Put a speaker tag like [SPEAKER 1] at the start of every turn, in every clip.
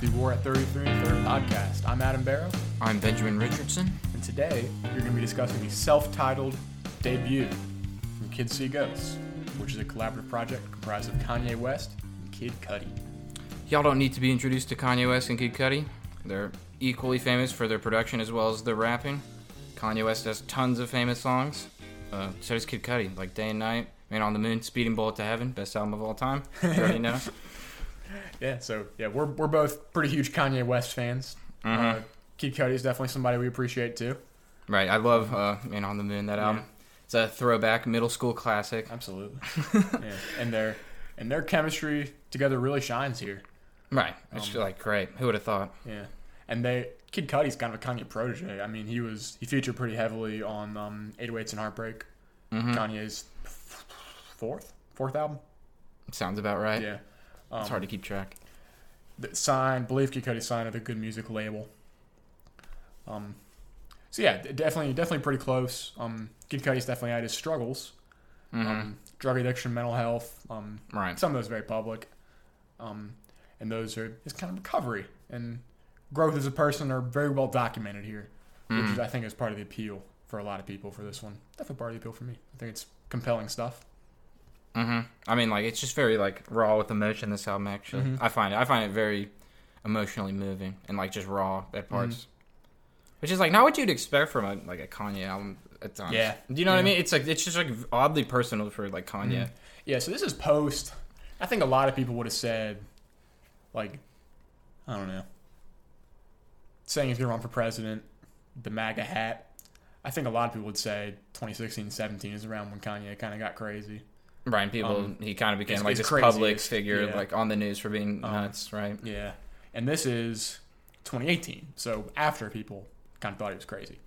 [SPEAKER 1] 33 and Third podcast. I'm Adam Barrow,
[SPEAKER 2] I'm Benjamin Richardson.
[SPEAKER 1] and today you're going to be discussing the self titled debut from Kids See Ghosts, which is a collaborative project comprised of Kanye West and Kid Cudi.
[SPEAKER 2] Y'all don't need to be introduced to Kanye West and Kid Cudi. They're equally famous for their production as well as their rapping. Kanye West has tons of famous songs. Uh, so does Kid Cudi, like Day and Night, Man on the Moon, Speeding Bullet to Heaven, best album of all time. You already know.
[SPEAKER 1] Yeah, so yeah, we're, we're both pretty huge Kanye West fans. Uh, Kid Cudi is definitely somebody we appreciate too.
[SPEAKER 2] Right, I love uh, Man on the Moon, that album. It's a throwback middle school classic.
[SPEAKER 1] Absolutely. yeah. And their and their chemistry together really shines here.
[SPEAKER 2] Right, it's
[SPEAKER 1] um,
[SPEAKER 2] just like great. Who would have thought?
[SPEAKER 1] Yeah, and they Kid Cudi's kind of a Kanye protege. I mean, he was he featured pretty heavily on um, 808s and Heartbreak,
[SPEAKER 2] Mm-hmm.
[SPEAKER 1] Kanye's f- fourth fourth album.
[SPEAKER 2] Sounds about right.
[SPEAKER 1] Yeah, Um,
[SPEAKER 2] It's hard to keep track.
[SPEAKER 1] the sign believe Kid Cudi signed at a good music label. Um, so yeah, d- definitely definitely pretty close. Um, Kid Cudi's definitely had his struggles,
[SPEAKER 2] Mm-hmm.
[SPEAKER 1] um, drug addiction, mental health. Um,
[SPEAKER 2] Right.
[SPEAKER 1] some of those very public, um, and those are his kind of recovery and growth as a person are very well documented here, which is, I think is part of the appeal for a lot of people for this one. Definitely part of the appeal for me. I think it's compelling stuff.
[SPEAKER 2] hmm I mean, like it's just very like raw with emotion. This album actually,
[SPEAKER 1] Mm-hmm.
[SPEAKER 2] I find it. I find it very emotionally moving and like just raw at
[SPEAKER 1] Mm-hmm.
[SPEAKER 2] parts, which is like not what you'd expect from a like a Kanye album at times.
[SPEAKER 1] Yeah.
[SPEAKER 2] do you know what I
[SPEAKER 1] Yeah.
[SPEAKER 2] mean? It's like it's just like oddly personal for like Kanye.
[SPEAKER 1] Yeah, so this is post. I think a lot of people would have said, like, I don't know, saying he's going to run for president, the MAGA hat. I think a lot of people would say 2016, 17 is around when Kanye kind of got crazy.
[SPEAKER 2] Brian, people
[SPEAKER 1] Um,
[SPEAKER 2] he kind of became
[SPEAKER 1] it's-
[SPEAKER 2] like
[SPEAKER 1] it's
[SPEAKER 2] this
[SPEAKER 1] crazy.
[SPEAKER 2] public
[SPEAKER 1] It's-
[SPEAKER 2] figure,
[SPEAKER 1] yeah.
[SPEAKER 2] like on the news for being
[SPEAKER 1] Um,
[SPEAKER 2] nuts, right?
[SPEAKER 1] Yeah. And this is 2018. So after people kind of thought he was crazy.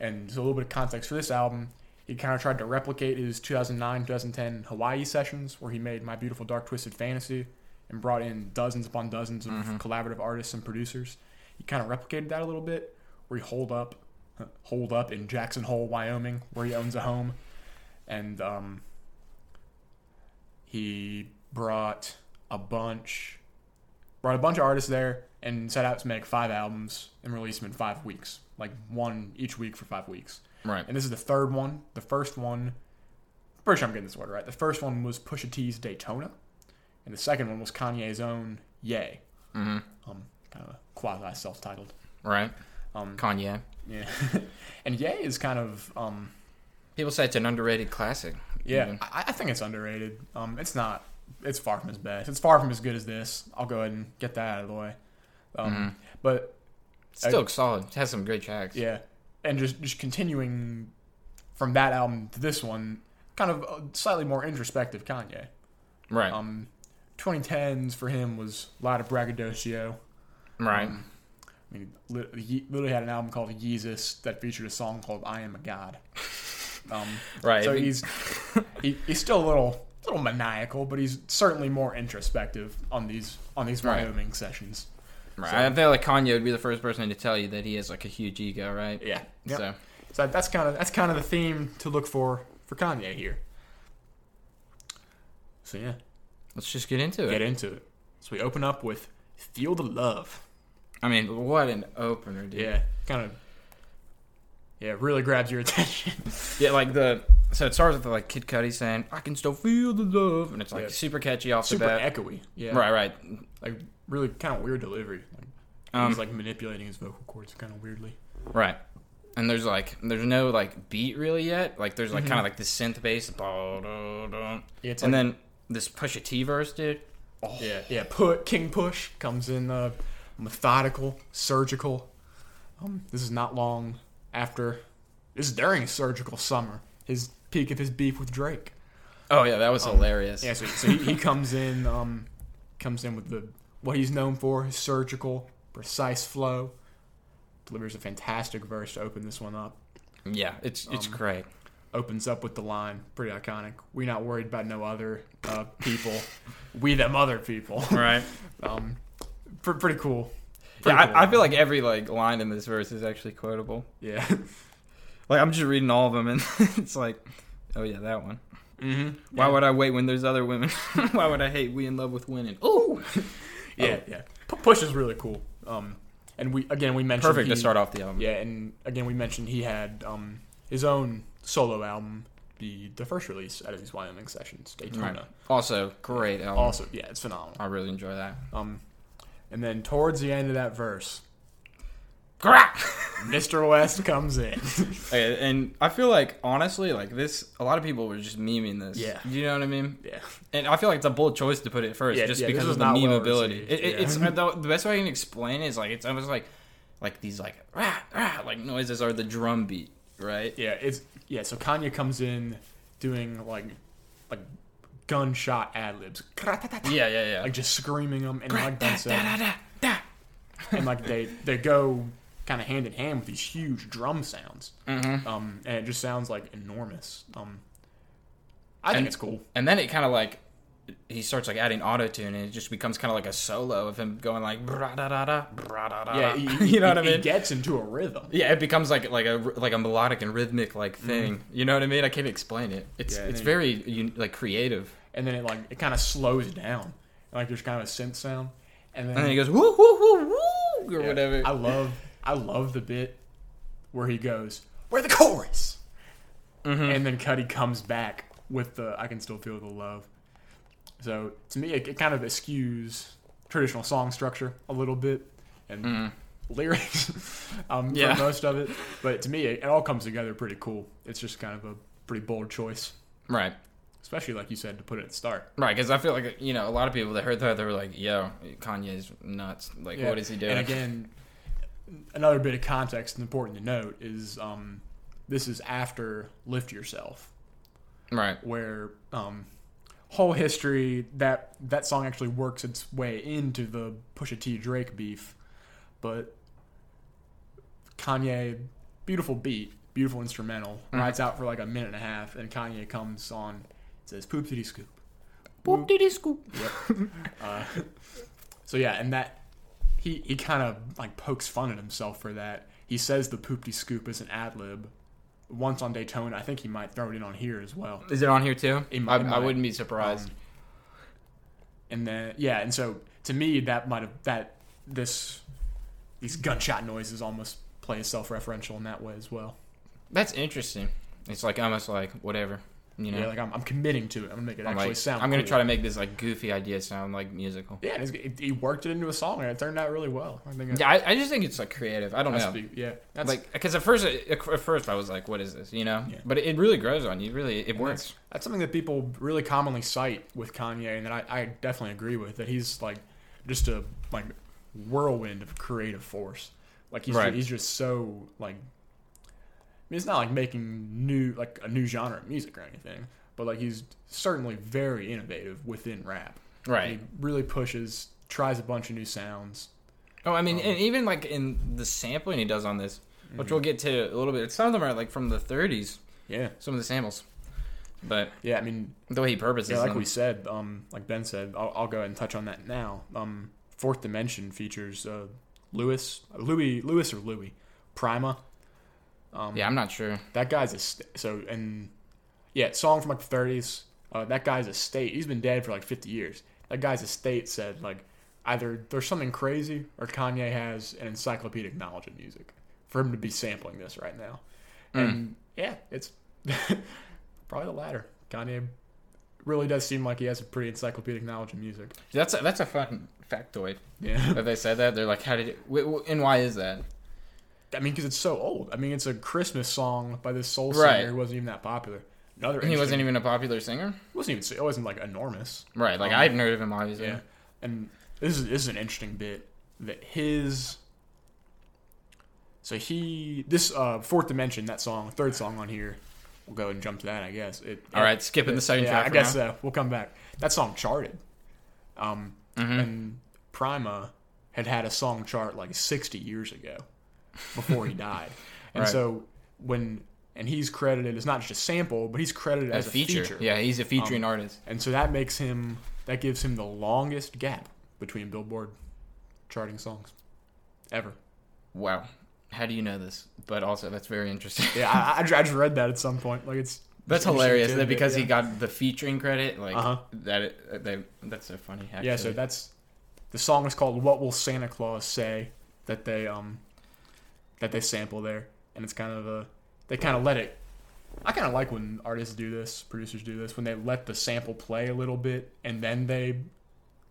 [SPEAKER 1] And so a little bit of context for this album, he kind of tried to replicate his 2009 2010 Hawaii sessions where he made My Beautiful Dark Twisted Fantasy and brought in dozens upon dozens of collaborative artists and producers. He kind of replicated that a little bit where he holed up, uh, holed up in Jackson Hole, Wyoming, where he owns a home. And um, he brought a bunch brought a bunch of artists there and set out to make five albums and release them in five weeks, like one each week for five weeks.
[SPEAKER 2] Right.
[SPEAKER 1] And this is the third one. The first one, pretty sure I'm getting this order right. The first one was Pusha T's Daytona, and the second one was Kanye's own Yay,
[SPEAKER 2] hmm
[SPEAKER 1] um, kind of quasi self-titled.
[SPEAKER 2] Right.
[SPEAKER 1] Um,
[SPEAKER 2] Kanye.
[SPEAKER 1] yeah, and Yay is kind of um,
[SPEAKER 2] People say it's an underrated classic.
[SPEAKER 1] yeah.
[SPEAKER 2] even.
[SPEAKER 1] I, I think it's underrated. Um, it's not. It's far from as best. It's far from as good as this. I'll go ahead and get that out of the way. Um, But
[SPEAKER 2] It's Mm-hmm. still solid. It has some great tracks.
[SPEAKER 1] Yeah, and just just continuing from that album to this one, kind of uh, slightly more introspective Kanye.
[SPEAKER 2] Right.
[SPEAKER 1] Um, 2010s for him was a lot of braggadocio.
[SPEAKER 2] right.
[SPEAKER 1] um, I mean, li- he literally had an album called Yeezus that featured a song called "I Am a God." Um,
[SPEAKER 2] right.
[SPEAKER 1] so
[SPEAKER 2] If you-
[SPEAKER 1] he's he, he's still a little little maniacal, but he's certainly more introspective on these on these
[SPEAKER 2] Right.
[SPEAKER 1] Wyoming sessions.
[SPEAKER 2] Right.
[SPEAKER 1] So-
[SPEAKER 2] I feel like Kanye would be the first person to tell you that he has like a huge ego, right?
[SPEAKER 1] Yeah,
[SPEAKER 2] So
[SPEAKER 1] So that's kind of that's kind of the theme to look for for Kanye here. So yeah,
[SPEAKER 2] let's just get into it.
[SPEAKER 1] get into it. So we open up with "Feel the Love."
[SPEAKER 2] I mean, what an opener, dude.
[SPEAKER 1] Yeah, kind of. Yeah, really grabs your attention.
[SPEAKER 2] Yeah, like the so it starts with like Kid Cudi saying, "I can still feel the love," and it's like
[SPEAKER 1] Yeah.
[SPEAKER 2] super catchy off
[SPEAKER 1] Super
[SPEAKER 2] the bat.
[SPEAKER 1] echoey. Yeah,
[SPEAKER 2] Right, right.
[SPEAKER 1] Like really kind of weird delivery. Like,
[SPEAKER 2] Um,
[SPEAKER 1] he's like manipulating his vocal cords kind of weirdly.
[SPEAKER 2] Right. And there's like there's no like beat really yet. Like there's like kind of like the synth bass, da, da, da.
[SPEAKER 1] Yeah, Mm-hmm. it's
[SPEAKER 2] and
[SPEAKER 1] like-
[SPEAKER 2] then this Pusha T verse, dude.
[SPEAKER 1] Yeah, yeah. Put King Push comes in uh, methodical, surgical. Um, this is not long after. This is during surgical summer. His peak of his beef with Drake.
[SPEAKER 2] Oh yeah, that was hilarious.
[SPEAKER 1] Yeah, so, so he, he comes in, um, comes in with the what he's known for, his surgical, precise flow. Delivers a fantastic verse to open this one up.
[SPEAKER 2] Yeah, it's it's
[SPEAKER 1] Um,
[SPEAKER 2] great.
[SPEAKER 1] Opens up with the line, pretty iconic. We not worried about no other uh, people. we them other people.
[SPEAKER 2] Right.
[SPEAKER 1] Um, pr- pretty cool.
[SPEAKER 2] Yeah,
[SPEAKER 1] Pretty cool.
[SPEAKER 2] I, I feel like every like line in this verse is actually quotable.
[SPEAKER 1] yeah.
[SPEAKER 2] Like I'm just reading all of them, and it's like, oh yeah, that one.
[SPEAKER 1] Mm-hmm.
[SPEAKER 2] Why would I wait when there's other women? Why would I hate we in love with winning? Ooh,
[SPEAKER 1] Yeah, yeah. P- Push is really cool. Um, and we again we mentioned
[SPEAKER 2] Perfect to
[SPEAKER 1] he-
[SPEAKER 2] start off the album.
[SPEAKER 1] Yeah, and again we mentioned he had um, his own solo album be the first release out of these Wyoming sessions, Daytona.
[SPEAKER 2] Right. Also, great album.
[SPEAKER 1] Also, yeah, it's phenomenal.
[SPEAKER 2] I really enjoy that.
[SPEAKER 1] Um, and then towards the end of that verse,
[SPEAKER 2] Crack!
[SPEAKER 1] Mr. West comes in.
[SPEAKER 2] Okay, and I feel like honestly, like this, a lot of people were just memeing this.
[SPEAKER 1] Yeah.
[SPEAKER 2] you know what I mean.
[SPEAKER 1] yeah,
[SPEAKER 2] And I feel like it's a bold choice to put it first,
[SPEAKER 1] Yeah,
[SPEAKER 2] just
[SPEAKER 1] yeah,
[SPEAKER 2] because
[SPEAKER 1] this was
[SPEAKER 2] of the
[SPEAKER 1] not well
[SPEAKER 2] meme ability.
[SPEAKER 1] received,
[SPEAKER 2] It, it,
[SPEAKER 1] yeah.
[SPEAKER 2] It's uh, the, the best way I can explain it is like it's almost like like these like rah, rah, like noises are the drum beat, right?
[SPEAKER 1] yeah, it's yeah. So Kanye comes in doing like like gunshot ad libs,
[SPEAKER 2] Yeah, yeah, yeah.
[SPEAKER 1] like just screaming them, and
[SPEAKER 2] Rah,
[SPEAKER 1] like
[SPEAKER 2] da,
[SPEAKER 1] Ben
[SPEAKER 2] da,
[SPEAKER 1] said,
[SPEAKER 2] da, da, da.
[SPEAKER 1] and like they they go kind of hand in hand with these huge drum sounds.
[SPEAKER 2] Mhm.
[SPEAKER 1] Um, and it just sounds like enormous. Um, I think
[SPEAKER 2] And-
[SPEAKER 1] it's cool.
[SPEAKER 2] And then it kind of like he starts like adding auto tune, and it just becomes kind of like a solo of him going like brah, da, da, da, brah, da, da,
[SPEAKER 1] Yeah,
[SPEAKER 2] da.
[SPEAKER 1] he-
[SPEAKER 2] you know
[SPEAKER 1] he-
[SPEAKER 2] what I
[SPEAKER 1] he
[SPEAKER 2] mean?
[SPEAKER 1] Uh, gets into a rhythm.
[SPEAKER 2] Yeah, it becomes like like a like a melodic and rhythmic like thing. You know what I mean? I can't explain it. It's
[SPEAKER 1] Mm-hmm. Yeah, and
[SPEAKER 2] it's
[SPEAKER 1] then-
[SPEAKER 2] very un- like creative.
[SPEAKER 1] and then it like it kind of slows down, and, like there's kind of a synth sound, and then,
[SPEAKER 2] And then he goes woo woo woo woo or
[SPEAKER 1] Yeah.
[SPEAKER 2] whatever.
[SPEAKER 1] I love I love the bit where he goes where the chorus,
[SPEAKER 2] Mm-hmm.
[SPEAKER 1] and then Cuddy comes back with the I can still feel the love. So to me, it, it kind of eschews traditional song structure a little bit and lyrics um,
[SPEAKER 2] Mm-hmm. Yeah.
[SPEAKER 1] for most of it, but to me, it, it all comes together pretty cool. It's just kind of a pretty bold choice,
[SPEAKER 2] Right,
[SPEAKER 1] especially like you said to put it at the start.
[SPEAKER 2] right. Because I feel like you know a lot of people that heard that they were like, "Yo, Kanye's nuts. Like,
[SPEAKER 1] Yeah.
[SPEAKER 2] what is he doing?"
[SPEAKER 1] And again, another bit of context and important to note is um, this is after Lift Yourself,
[SPEAKER 2] right.
[SPEAKER 1] where um, whole history that that song actually works its way into the Pusha T Drake beef, but Kanye, beautiful beat, beautiful instrumental, rides out for like a minute and a half, and Kanye comes on, says poop diddy scoop.
[SPEAKER 2] Boop diddy scoop.
[SPEAKER 1] Uh, so yeah, and that he he kind of like pokes fun at himself for that. He says the poopty scoop is an ad lib. Once on Daytona, I think he might throw it in on here as well.
[SPEAKER 2] Is it on here too?
[SPEAKER 1] It
[SPEAKER 2] I,
[SPEAKER 1] might- it
[SPEAKER 2] I
[SPEAKER 1] might.
[SPEAKER 2] wouldn't be surprised.
[SPEAKER 1] Um, and then yeah, and so to me that might have that this these gunshot noises almost play as self-referential in that way as well.
[SPEAKER 2] That's interesting. It's like almost like whatever. You know,
[SPEAKER 1] Yeah, like I'm, I'm committing to it. I'm gonna make it
[SPEAKER 2] I'm
[SPEAKER 1] actually
[SPEAKER 2] like,
[SPEAKER 1] sound.
[SPEAKER 2] I'm gonna
[SPEAKER 1] cool.
[SPEAKER 2] try to make this like goofy idea sound like musical.
[SPEAKER 1] Yeah, and it's, it, he worked it into a song, and it turned out really well. I think. it-
[SPEAKER 2] Yeah, I, I just think it's like creative. I don't
[SPEAKER 1] that's
[SPEAKER 2] know.
[SPEAKER 1] be- yeah, that's
[SPEAKER 2] like because at first at first I was like, "What is this?" You know,
[SPEAKER 1] Yeah.
[SPEAKER 2] but it really grows on you. Really, it works.
[SPEAKER 1] That's something that people really commonly cite with Kanye, and that I, I definitely agree with. That he's like just a like whirlwind of creative force. Like he's
[SPEAKER 2] Right.
[SPEAKER 1] he's just so like. I mean, it's not like making new like a new genre of music or anything, but like he's certainly very innovative within rap. He
[SPEAKER 2] Right.
[SPEAKER 1] really pushes, tries a bunch of new sounds.
[SPEAKER 2] Oh, I
[SPEAKER 1] Um,
[SPEAKER 2] mean, and even like in the sampling he does on this, which
[SPEAKER 1] Mhm.
[SPEAKER 2] we'll get to a little bit. Some of them are like from the 30s.
[SPEAKER 1] Yeah,
[SPEAKER 2] Some of the samples, but
[SPEAKER 1] yeah. I mean,
[SPEAKER 2] the way he purposes
[SPEAKER 1] Yeah, like
[SPEAKER 2] them.
[SPEAKER 1] we said, um, like Ben said, I'll, I'll go ahead and touch on that now. Um, Fourth Dimension features uh, Lewis, Louis, Lewis or Louis, Prima. Um,
[SPEAKER 2] yeah, I'm not sure.
[SPEAKER 1] that guy's a st- so and yeah, song from like the 30s. Uh, that guy's a state. He's been dead for like 50 years. That guy's a state said like either there's something crazy or Kanye has an encyclopedic knowledge of music for him to be sampling this right now.
[SPEAKER 2] Mm.
[SPEAKER 1] And yeah, it's probably the latter. Kanye really does seem like he has a pretty encyclopedic knowledge of music.
[SPEAKER 2] That's a, that's a fun factoid.
[SPEAKER 1] Yeah,
[SPEAKER 2] That they said that they're like, "How did it?" Wh- wh- and why is that?
[SPEAKER 1] I mean because it's so old. I mean it's a Christmas song by this soul singer
[SPEAKER 2] Right.
[SPEAKER 1] who wasn't even that popular. Another
[SPEAKER 2] And he
[SPEAKER 1] interesting-
[SPEAKER 2] wasn't even a popular singer.
[SPEAKER 1] wasn't even it wasn't like enormous.
[SPEAKER 2] Right. Like
[SPEAKER 1] Um,
[SPEAKER 2] I hadn't heard of him obviously.
[SPEAKER 1] Yeah, and this is, this is an interesting bit that his. So he this uh, fourth dimension that song third song on here, we'll go ahead and jump to that I guess. It,
[SPEAKER 2] All right, skipping the second
[SPEAKER 1] yeah,
[SPEAKER 2] track.
[SPEAKER 1] I
[SPEAKER 2] for
[SPEAKER 1] guess
[SPEAKER 2] now.
[SPEAKER 1] so. We'll come back. That song charted, um,
[SPEAKER 2] Mm-hmm.
[SPEAKER 1] and Prima had had a song chart like sixty years ago, before he died, and
[SPEAKER 2] Right.
[SPEAKER 1] so when and he's credited as not just a sample, but he's credited
[SPEAKER 2] A
[SPEAKER 1] as a Um,
[SPEAKER 2] feature. Yeah, he's a featuring artist.
[SPEAKER 1] and so that makes him that gives him the longest gap between Billboard charting songs ever.
[SPEAKER 2] Wow. How do you know this? But also, that's very interesting.
[SPEAKER 1] Yeah, I, I, ju- I just read that at some point. Like it's it's
[SPEAKER 2] That's
[SPEAKER 1] an interesting
[SPEAKER 2] hilarious that
[SPEAKER 1] tidbit,
[SPEAKER 2] because he
[SPEAKER 1] yeah.
[SPEAKER 2] got the featuring credit, like uh,
[SPEAKER 1] Uh-huh.
[SPEAKER 2] that. It, they, that's so funny. Actually.
[SPEAKER 1] yeah. So that's The song is called "What Will Santa Claus Say" that they um that they sample there, and it's kind of a they kind of let it. I kind of like when artists do this, producers do this, when they let the sample play a little bit and then they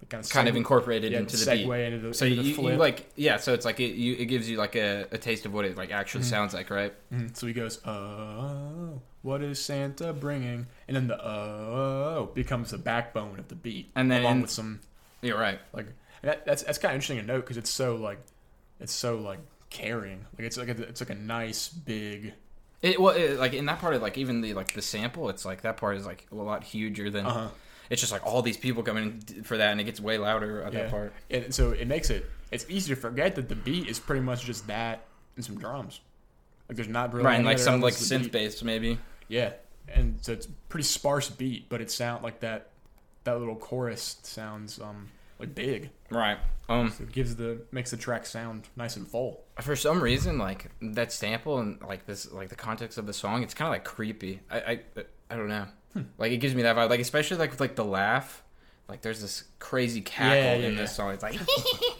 [SPEAKER 1] kind of
[SPEAKER 2] kind of incorporated into the beat.
[SPEAKER 1] segue into the
[SPEAKER 2] So
[SPEAKER 1] into
[SPEAKER 2] you,
[SPEAKER 1] the
[SPEAKER 2] you
[SPEAKER 1] flip.
[SPEAKER 2] like yeah, so it's like it, you, it gives you like a, a taste of what it like actually
[SPEAKER 1] Mm-hmm.
[SPEAKER 2] sounds like, right?
[SPEAKER 1] Mhm. So he goes, oh, what is Santa bringing? And then the oh becomes the backbone of the beat,
[SPEAKER 2] And then
[SPEAKER 1] along
[SPEAKER 2] in-
[SPEAKER 1] with some
[SPEAKER 2] You're right.
[SPEAKER 1] like and that, that's that's kind of interesting to note because it's so like it's so like carrying, like it's like a, it's like a nice big
[SPEAKER 2] It well, it, like in that part of like even the like the sample, it's like that part is like a lot huger than.
[SPEAKER 1] uh
[SPEAKER 2] It's just like all these people coming in for that, and it gets way louder at
[SPEAKER 1] Yeah.
[SPEAKER 2] that part.
[SPEAKER 1] and so it makes it it's easy to forget that the beat is pretty much just that and some drums. Like there's not really
[SPEAKER 2] right,
[SPEAKER 1] any
[SPEAKER 2] and like
[SPEAKER 1] other
[SPEAKER 2] some like
[SPEAKER 1] elements to the
[SPEAKER 2] synth
[SPEAKER 1] beat.
[SPEAKER 2] bass maybe.
[SPEAKER 1] Yeah, and so it's a pretty sparse beat, but it sound like that that little chorus sounds um like big.
[SPEAKER 2] Right. Um,
[SPEAKER 1] So it gives the makes the track sound nice and full.
[SPEAKER 2] for some reason, like that sample and like this, like the context of the song, it's kind of like creepy. I, I, I don't know.
[SPEAKER 1] Hmm.
[SPEAKER 2] Like it gives me that vibe. Like especially like with like the laugh. Like there's this crazy cackle
[SPEAKER 1] Yeah, yeah,
[SPEAKER 2] in
[SPEAKER 1] yeah.
[SPEAKER 2] this song. It's like,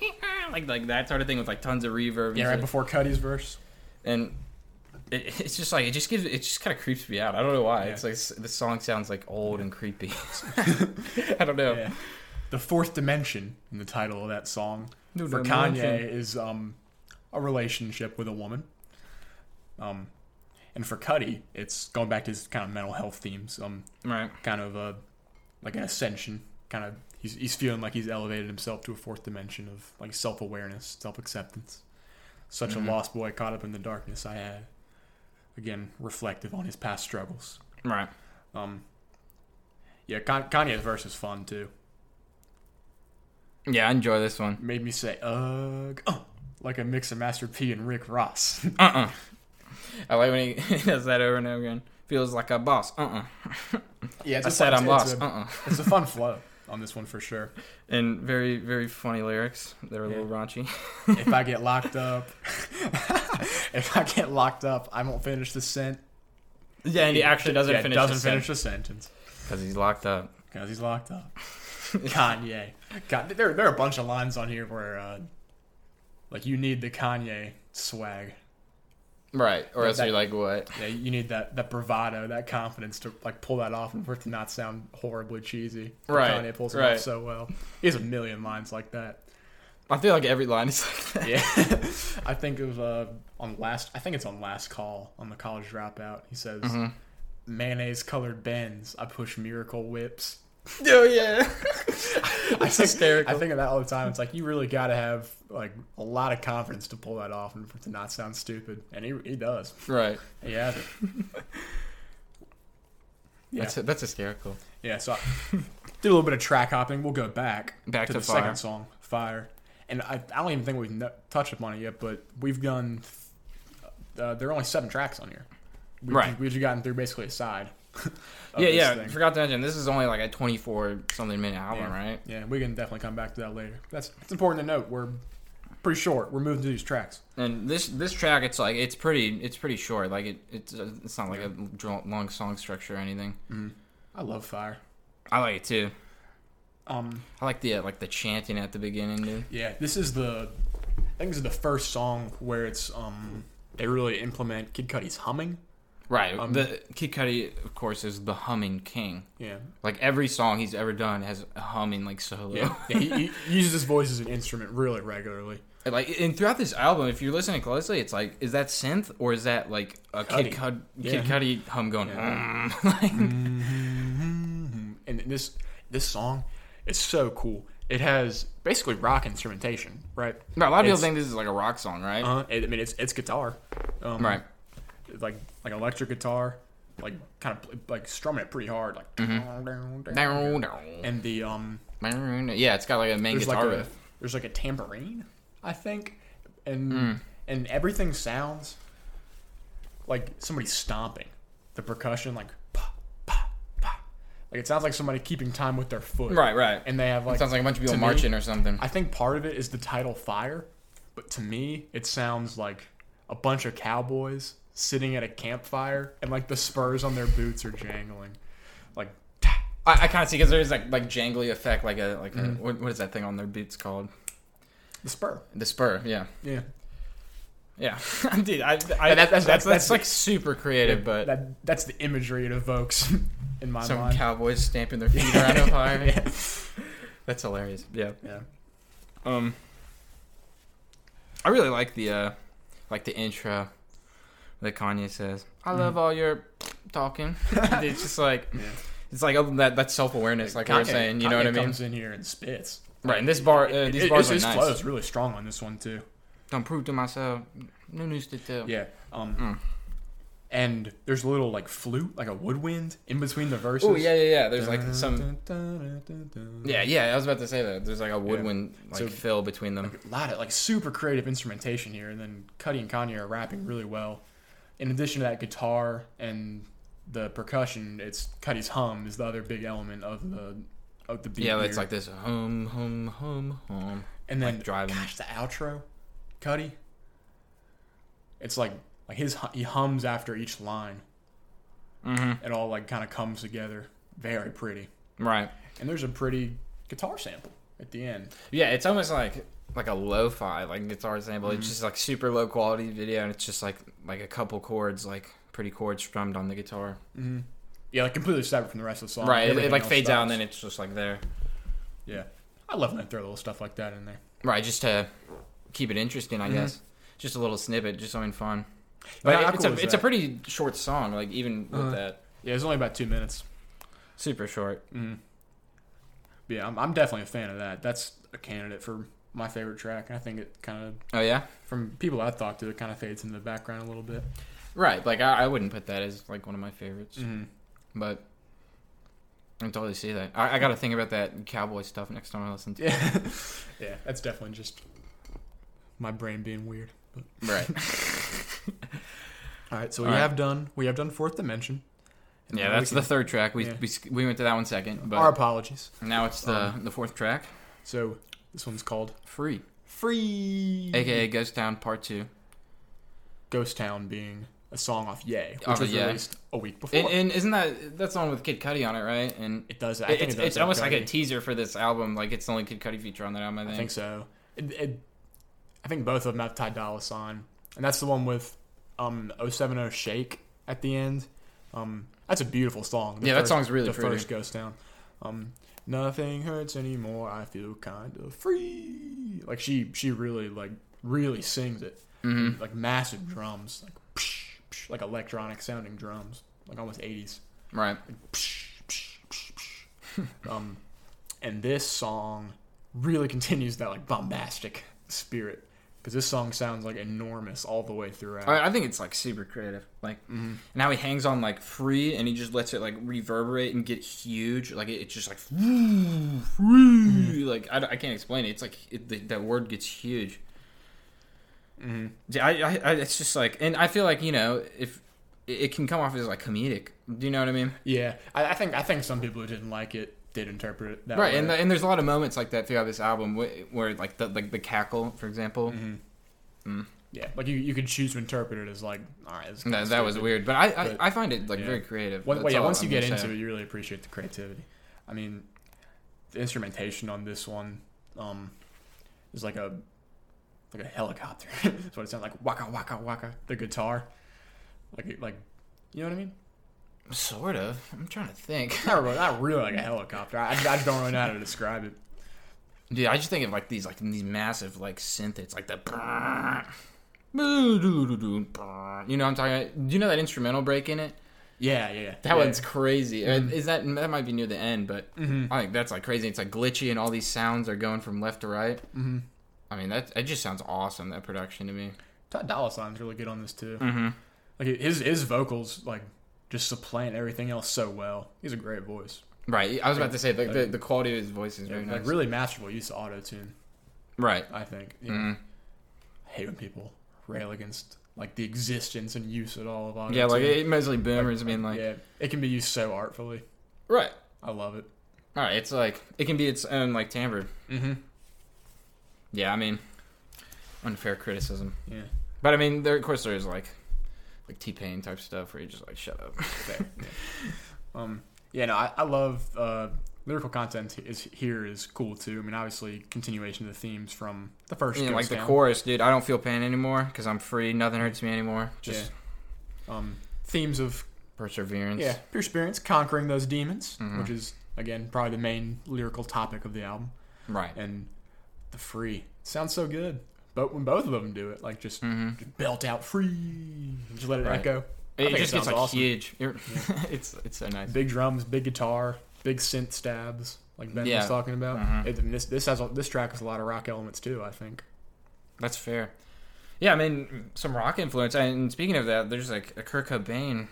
[SPEAKER 2] like like that sort of thing with like tons of reverb. and
[SPEAKER 1] Yeah, right
[SPEAKER 2] shit.
[SPEAKER 1] before Cuddy's verse.
[SPEAKER 2] and it, it's just like it just gives it just kind of creeps me out. I don't know why.
[SPEAKER 1] Yeah.
[SPEAKER 2] It's like s- the song sounds like old and creepy. I don't know.
[SPEAKER 1] Yeah. The fourth dimension in the title of that song
[SPEAKER 2] Dude,
[SPEAKER 1] for
[SPEAKER 2] I'm
[SPEAKER 1] Kanye
[SPEAKER 2] watching.
[SPEAKER 1] is um a relationship with a woman. Um and for Cuddy, it's going back to his kind of mental health themes, um
[SPEAKER 2] Right.
[SPEAKER 1] kind of a like an ascension, kind of he's he's feeling like he's elevated himself to a fourth dimension of like self awareness, self acceptance. Such
[SPEAKER 2] Mhm.
[SPEAKER 1] a lost boy caught up in the darkness I had. Again, reflective on his past struggles.
[SPEAKER 2] Right.
[SPEAKER 1] Um, yeah, Kan- Kanye's verse is fun too.
[SPEAKER 2] Yeah, I enjoy this one.
[SPEAKER 1] Made me say "ugh," uh, like a mix of Master P and Rick Ross.
[SPEAKER 2] Uh uh I like when he does that over and over again. Feels like a boss. Uh uh
[SPEAKER 1] yeah,
[SPEAKER 2] I said I'm
[SPEAKER 1] it's
[SPEAKER 2] lost. Uh
[SPEAKER 1] A,
[SPEAKER 2] uh
[SPEAKER 1] it's a fun flow on this one for sure.
[SPEAKER 2] And very, very funny lyrics. They're a
[SPEAKER 1] Yeah.
[SPEAKER 2] little raunchy.
[SPEAKER 1] If I get locked up, if I get locked up, I won't finish the sentence.
[SPEAKER 2] Yeah, and he actually doesn't finish.
[SPEAKER 1] Doesn't finish the sentence
[SPEAKER 2] because he's locked up.
[SPEAKER 1] because he's locked up. Kanye, God, there there are a bunch of lines on here where, uh, like, you need the Kanye swag.
[SPEAKER 2] Right. Or
[SPEAKER 1] Yeah,
[SPEAKER 2] else
[SPEAKER 1] that-
[SPEAKER 2] you're like, what?
[SPEAKER 1] Yeah, you need that that bravado, that confidence to like pull that off and for it to not sound horribly cheesy. But
[SPEAKER 2] Right,
[SPEAKER 1] Kanye pulls it
[SPEAKER 2] right.
[SPEAKER 1] off so well. He has a million lines like that.
[SPEAKER 2] I feel like every line is like that.
[SPEAKER 1] Yeah. I think it was uh, on last I think it's on last call on the college dropout. He says
[SPEAKER 2] Mhm.
[SPEAKER 1] mayonnaise colored bends, I push miracle whips.
[SPEAKER 2] Oh yeah.
[SPEAKER 1] I
[SPEAKER 2] That's
[SPEAKER 1] think,
[SPEAKER 2] hysterical.
[SPEAKER 1] I think of that all the time. It's like you really gotta have like a lot of confidence to pull that off and for it to not sound stupid. And he he does.
[SPEAKER 2] Right.
[SPEAKER 1] He has it. Yeah.
[SPEAKER 2] That's that's hysterical.
[SPEAKER 1] Yeah, so I did a little bit of track hopping. We'll go back,
[SPEAKER 2] Back to
[SPEAKER 1] the
[SPEAKER 2] Fire.
[SPEAKER 1] second song, Fire. And I, I don't even think we've no, touched upon it yet, but we've done. Uh, there are only seven tracks on here. We've,
[SPEAKER 2] Right.
[SPEAKER 1] We've just gotten through basically a side. of
[SPEAKER 2] yeah,
[SPEAKER 1] this
[SPEAKER 2] yeah.
[SPEAKER 1] thing.
[SPEAKER 2] Forgot to mention this is only like a 24 something minute album,
[SPEAKER 1] Yeah.
[SPEAKER 2] right?
[SPEAKER 1] Yeah, we can definitely come back to that later. That's it's important to note. We're pretty short. We're moving through these tracks.
[SPEAKER 2] And this this track, it's like it's pretty it's pretty short. Like it it's uh, it's not like a dr- long song structure or anything.
[SPEAKER 1] I love Fire.
[SPEAKER 2] I like it too.
[SPEAKER 1] Um,
[SPEAKER 2] I like the uh, like the chanting at the beginning, dude.
[SPEAKER 1] Yeah, this is the. I think this is the first song where it's um they really implement Kid Cudi's humming.
[SPEAKER 2] Right.
[SPEAKER 1] Um,
[SPEAKER 2] the Kid Cudi, of course, is the humming king.
[SPEAKER 1] Yeah,
[SPEAKER 2] Like every song he's ever done has a humming like solo.
[SPEAKER 1] yeah. yeah he, he uses his voice as an instrument really regularly.
[SPEAKER 2] And, Like and throughout this album, if you're listening closely, it's like is that synth or is that like a Kid
[SPEAKER 1] Cudi.
[SPEAKER 2] Cud
[SPEAKER 1] Yeah.
[SPEAKER 2] Kid Cudi hum going?
[SPEAKER 1] Yeah.
[SPEAKER 2] "Mm," like-
[SPEAKER 1] Mm-hmm. And this this song is so cool. It has basically rock instrumentation, right?
[SPEAKER 2] Right, a lot of people
[SPEAKER 1] It's-
[SPEAKER 2] think this is like a rock song, right?
[SPEAKER 1] Uh, it, I mean, it's it's guitar, um,
[SPEAKER 2] right.
[SPEAKER 1] Like like electric guitar, like kind of like strumming it pretty hard, like. Mm-hmm.
[SPEAKER 2] Down, down.
[SPEAKER 1] And the um,
[SPEAKER 2] Yeah, it's got like a main
[SPEAKER 1] there's
[SPEAKER 2] guitar
[SPEAKER 1] like a
[SPEAKER 2] riff.
[SPEAKER 1] there's like a tambourine, I think, and
[SPEAKER 2] Hmm.
[SPEAKER 1] and everything sounds like somebody stomping the percussion, like pa pa pa, like it sounds like somebody keeping time with their foot,
[SPEAKER 2] Right, right.
[SPEAKER 1] And they have like
[SPEAKER 2] Sounds like a bunch of people
[SPEAKER 1] to me,
[SPEAKER 2] marching or something.
[SPEAKER 1] I think part of it is the title fire, but to me it sounds like a bunch of cowboys sitting at a campfire and like the spurs on their boots are jangling, like ta
[SPEAKER 2] I, I kind of see because there's like like jangly effect, like a like a, what, what is that thing on their boots called?
[SPEAKER 1] The spur.
[SPEAKER 2] The spur. Yeah,
[SPEAKER 1] Yeah.
[SPEAKER 2] yeah. Dude, I, I,
[SPEAKER 1] And that-
[SPEAKER 2] that's, that's, that's
[SPEAKER 1] that's-
[SPEAKER 2] like super creative, but
[SPEAKER 1] that that's the imagery it evokes in my
[SPEAKER 2] some
[SPEAKER 1] mind.
[SPEAKER 2] cowboys stamping their feet around up high. That's hilarious. Yeah.
[SPEAKER 1] yeah.
[SPEAKER 2] Um, I really like the uh, like the intro that Kanye says. I love all your talking. it's just like
[SPEAKER 1] Yeah.
[SPEAKER 2] it's like oh, that that self awareness, like we we're saying. You know
[SPEAKER 1] Kanye
[SPEAKER 2] what I mean?
[SPEAKER 1] Comes in here and spits.
[SPEAKER 2] Right. And this bar, uh,
[SPEAKER 1] It-
[SPEAKER 2] these
[SPEAKER 1] it-
[SPEAKER 2] bars
[SPEAKER 1] his,
[SPEAKER 2] are
[SPEAKER 1] his
[SPEAKER 2] nice.
[SPEAKER 1] flow is really strong on this one too.
[SPEAKER 2] Don't prove to myself. No news to tell.
[SPEAKER 1] Yeah. Um.
[SPEAKER 2] Mm.
[SPEAKER 1] And there's a little like flute, like a woodwind, in between the verses.
[SPEAKER 2] Oh yeah, yeah, yeah. There's like
[SPEAKER 1] Dun,
[SPEAKER 2] some.
[SPEAKER 1] dun, dun, dun, dun.
[SPEAKER 2] Yeah, yeah. I was about to say that. There's like a woodwind like
[SPEAKER 1] So-
[SPEAKER 2] fill between them.
[SPEAKER 1] a lot of like super creative instrumentation here, and then Cuddy and Kanye are rapping really well. In addition to that guitar and the percussion, it's Cuddy's hum is the other big element of the of the beat.
[SPEAKER 2] Yeah,
[SPEAKER 1] here.
[SPEAKER 2] it's like this hum hum hum hum.
[SPEAKER 1] and then
[SPEAKER 2] like driving.
[SPEAKER 1] Gosh, the outro, Cuddy. It's like like his hu- he hums after each line.
[SPEAKER 2] Mm-hmm.
[SPEAKER 1] It all like kind of comes together, very pretty.
[SPEAKER 2] Right.
[SPEAKER 1] And there's a pretty guitar sample at the end.
[SPEAKER 2] Yeah, it's almost like like a lo-fi like guitar sample.
[SPEAKER 1] Mm-hmm.
[SPEAKER 2] It's just like super low quality video, and it's just like like a couple chords, like pretty chords strummed on the guitar.
[SPEAKER 1] Yeah, like completely separate from the rest of the song.
[SPEAKER 2] right, it, it
[SPEAKER 1] Everything
[SPEAKER 2] like
[SPEAKER 1] else
[SPEAKER 2] fades out, and
[SPEAKER 1] stops.
[SPEAKER 2] then it's just like there.
[SPEAKER 1] yeah, I love when they throw little stuff like that in there.
[SPEAKER 2] Right, just to keep it interesting, I guess. Just a little snippet, just something fun. But
[SPEAKER 1] Yeah, Mm-hmm. how
[SPEAKER 2] it- it's
[SPEAKER 1] cool
[SPEAKER 2] a
[SPEAKER 1] is
[SPEAKER 2] it's a
[SPEAKER 1] that?
[SPEAKER 2] pretty short song, like even with
[SPEAKER 1] Uh-huh.
[SPEAKER 2] that
[SPEAKER 1] Yeah, it's only about two minutes.
[SPEAKER 2] super short.
[SPEAKER 1] But yeah, I'm, I'm definitely a fan of that. That's a candidate for my favorite track. I think it kind of,
[SPEAKER 2] Oh yeah,
[SPEAKER 1] from people I've talked to, it kind of fades into the background a little bit.
[SPEAKER 2] right. Like I, I wouldn't put that as like one of my favorites,
[SPEAKER 1] Mhm.
[SPEAKER 2] but I can totally see that. I, I got to think about that cowboy stuff next time I listen to. it.
[SPEAKER 1] Yeah, yeah, that's definitely just my brain being weird. But.
[SPEAKER 2] Right.
[SPEAKER 1] All right, so
[SPEAKER 2] All
[SPEAKER 1] we
[SPEAKER 2] right.
[SPEAKER 1] have done we have done fourth dimension. And
[SPEAKER 2] Yeah,
[SPEAKER 1] now we
[SPEAKER 2] that's
[SPEAKER 1] can-
[SPEAKER 2] the third track. We,
[SPEAKER 1] yeah.
[SPEAKER 2] we sk- we went to that one second, but
[SPEAKER 1] our apologies.
[SPEAKER 2] now it's the the fourth track,
[SPEAKER 1] So this one's called
[SPEAKER 2] Free,
[SPEAKER 1] Free,
[SPEAKER 2] aka Ghost Town Part Two.
[SPEAKER 1] Ghost Town, being a song off Yay, which
[SPEAKER 2] Off of
[SPEAKER 1] was
[SPEAKER 2] Ye.
[SPEAKER 1] released a week before.
[SPEAKER 2] And, and isn't that that's the one with Kid Cudi on it, right? And
[SPEAKER 1] it does. I
[SPEAKER 2] it-
[SPEAKER 1] think
[SPEAKER 2] it's,
[SPEAKER 1] it does
[SPEAKER 2] it's
[SPEAKER 1] have
[SPEAKER 2] almost like a
[SPEAKER 1] Cuddy.
[SPEAKER 2] teaser for this album. Like it's the only Kid Cudi feature on that album. I think.
[SPEAKER 1] I think so. It, it, I think both of them have Ty Dolla Sign, and that's the one with um 070 Shake at the end. Um, that's a beautiful song. The
[SPEAKER 2] Yeah, that song's really
[SPEAKER 1] the
[SPEAKER 2] pretty.
[SPEAKER 1] first Ghost Town. Um, nothing hurts anymore. I feel kind of free. Like she, she really like really sings it.
[SPEAKER 2] Mhm.
[SPEAKER 1] Like massive drums, like psh, psh, like electronic sounding drums, like almost eighties
[SPEAKER 2] Right.
[SPEAKER 1] um, and this song really continues that like bombastic spirit because this song sounds like enormous all the way throughout.
[SPEAKER 2] I, I think it's like super creative. Like
[SPEAKER 1] Mm-hmm.
[SPEAKER 2] and how he hangs on like free, and he just lets it like reverberate and get huge. Like it, it's just like free,
[SPEAKER 1] Mm-hmm.
[SPEAKER 2] free. Like I, I can't explain it. It's like it, the, that word gets huge.
[SPEAKER 1] Mm-hmm.
[SPEAKER 2] Yeah, I, I, I, it's just like, and I feel like you know, if it it can come off as like comedic, do you know what I mean?
[SPEAKER 1] Yeah, I, I think I think some people who didn't like it did interpret it that
[SPEAKER 2] right,
[SPEAKER 1] way.
[SPEAKER 2] and the, and there's a lot of moments like that throughout this album where, where like the like the cackle, for example,
[SPEAKER 1] Mm-hmm. yeah, like you, you could choose to interpret it as like, all right, this is
[SPEAKER 2] that, that was weird. But I,
[SPEAKER 1] But-
[SPEAKER 2] I, I find it like
[SPEAKER 1] yeah.
[SPEAKER 2] very creative.
[SPEAKER 1] One,
[SPEAKER 2] That's
[SPEAKER 1] well, yeah,
[SPEAKER 2] all
[SPEAKER 1] once you
[SPEAKER 2] I'm
[SPEAKER 1] get
[SPEAKER 2] gonna
[SPEAKER 1] into
[SPEAKER 2] say.
[SPEAKER 1] it, you really appreciate the creativity. I mean, the instrumentation on this one um, is like a like a helicopter. That's what it sounds like. Waka waka waka. The guitar, like it- like, you know what I mean?
[SPEAKER 2] sort of. I'm trying to think.
[SPEAKER 1] Not really, not really like a helicopter. I, I don't really know how to describe it.
[SPEAKER 2] Dude, I just think of like these like these massive like synth. It's like the. You know what I'm talking about? Do you know that instrumental break in it?
[SPEAKER 1] Yeah, yeah. yeah.
[SPEAKER 2] That
[SPEAKER 1] yeah.
[SPEAKER 2] one's crazy. Mm-hmm. Uh, Is that that might be near the end, but I think that's like crazy. It's like glitchy, and all these sounds are going from left to right. Mm-hmm. I mean, that it just sounds awesome. That production to me.
[SPEAKER 1] Todd Dolla Sign's really good on this too. Mm-hmm. Like his his vocals like just supplant everything else so well. He's a great voice.
[SPEAKER 2] Right. I was about to say like the, the quality of his voice is very nice.
[SPEAKER 1] Like really masterful use of auto tune.
[SPEAKER 2] right.
[SPEAKER 1] I think. Yeah.
[SPEAKER 2] Mm-hmm.
[SPEAKER 1] I hate when people rail against like the existence and use at all of auto.
[SPEAKER 2] Oh, Yeah, like it, mostly boomers. I mean, like
[SPEAKER 1] yeah, it can be used so artfully.
[SPEAKER 2] right.
[SPEAKER 1] I love it.
[SPEAKER 2] All right. It's like it can be its own like timbre.
[SPEAKER 1] Mm-hmm.
[SPEAKER 2] Yeah. I mean, unfair criticism.
[SPEAKER 1] Yeah,
[SPEAKER 2] But I mean, there of course there is like like T Pain type stuff where you just like shut up.
[SPEAKER 1] fair. yeah. Um, Yeah, no, I, I love uh, lyrical content is here is cool too. I mean, obviously continuation of the themes from the first.
[SPEAKER 2] You know, like
[SPEAKER 1] Ghost
[SPEAKER 2] the
[SPEAKER 1] Town.
[SPEAKER 2] chorus, dude. I don't feel pain anymore because I'm free. Nothing hurts me anymore. Just
[SPEAKER 1] um, themes of
[SPEAKER 2] perseverance.
[SPEAKER 1] yeah perseverance, conquering those demons,
[SPEAKER 2] Mhm.
[SPEAKER 1] which is again probably the main lyrical topic of the album,
[SPEAKER 2] Right.
[SPEAKER 1] and the free sounds so good. But when both of them do it, like just,
[SPEAKER 2] Mm-hmm.
[SPEAKER 1] just belt out free, and just let it
[SPEAKER 2] Right.
[SPEAKER 1] echo. I
[SPEAKER 2] It
[SPEAKER 1] think it
[SPEAKER 2] just gets
[SPEAKER 1] sounds
[SPEAKER 2] like
[SPEAKER 1] awesome.
[SPEAKER 2] huge. You're- it's it's so nice.
[SPEAKER 1] Big drums, big guitar, big synth stabs, like Ben
[SPEAKER 2] Yeah.
[SPEAKER 1] was talking about.
[SPEAKER 2] Mhm.
[SPEAKER 1] It- this this has a- this track has a lot of rock elements too. I think.
[SPEAKER 2] That's fair. Yeah, I mean some rock influence. And speaking of that, there's like a Kurt Cobain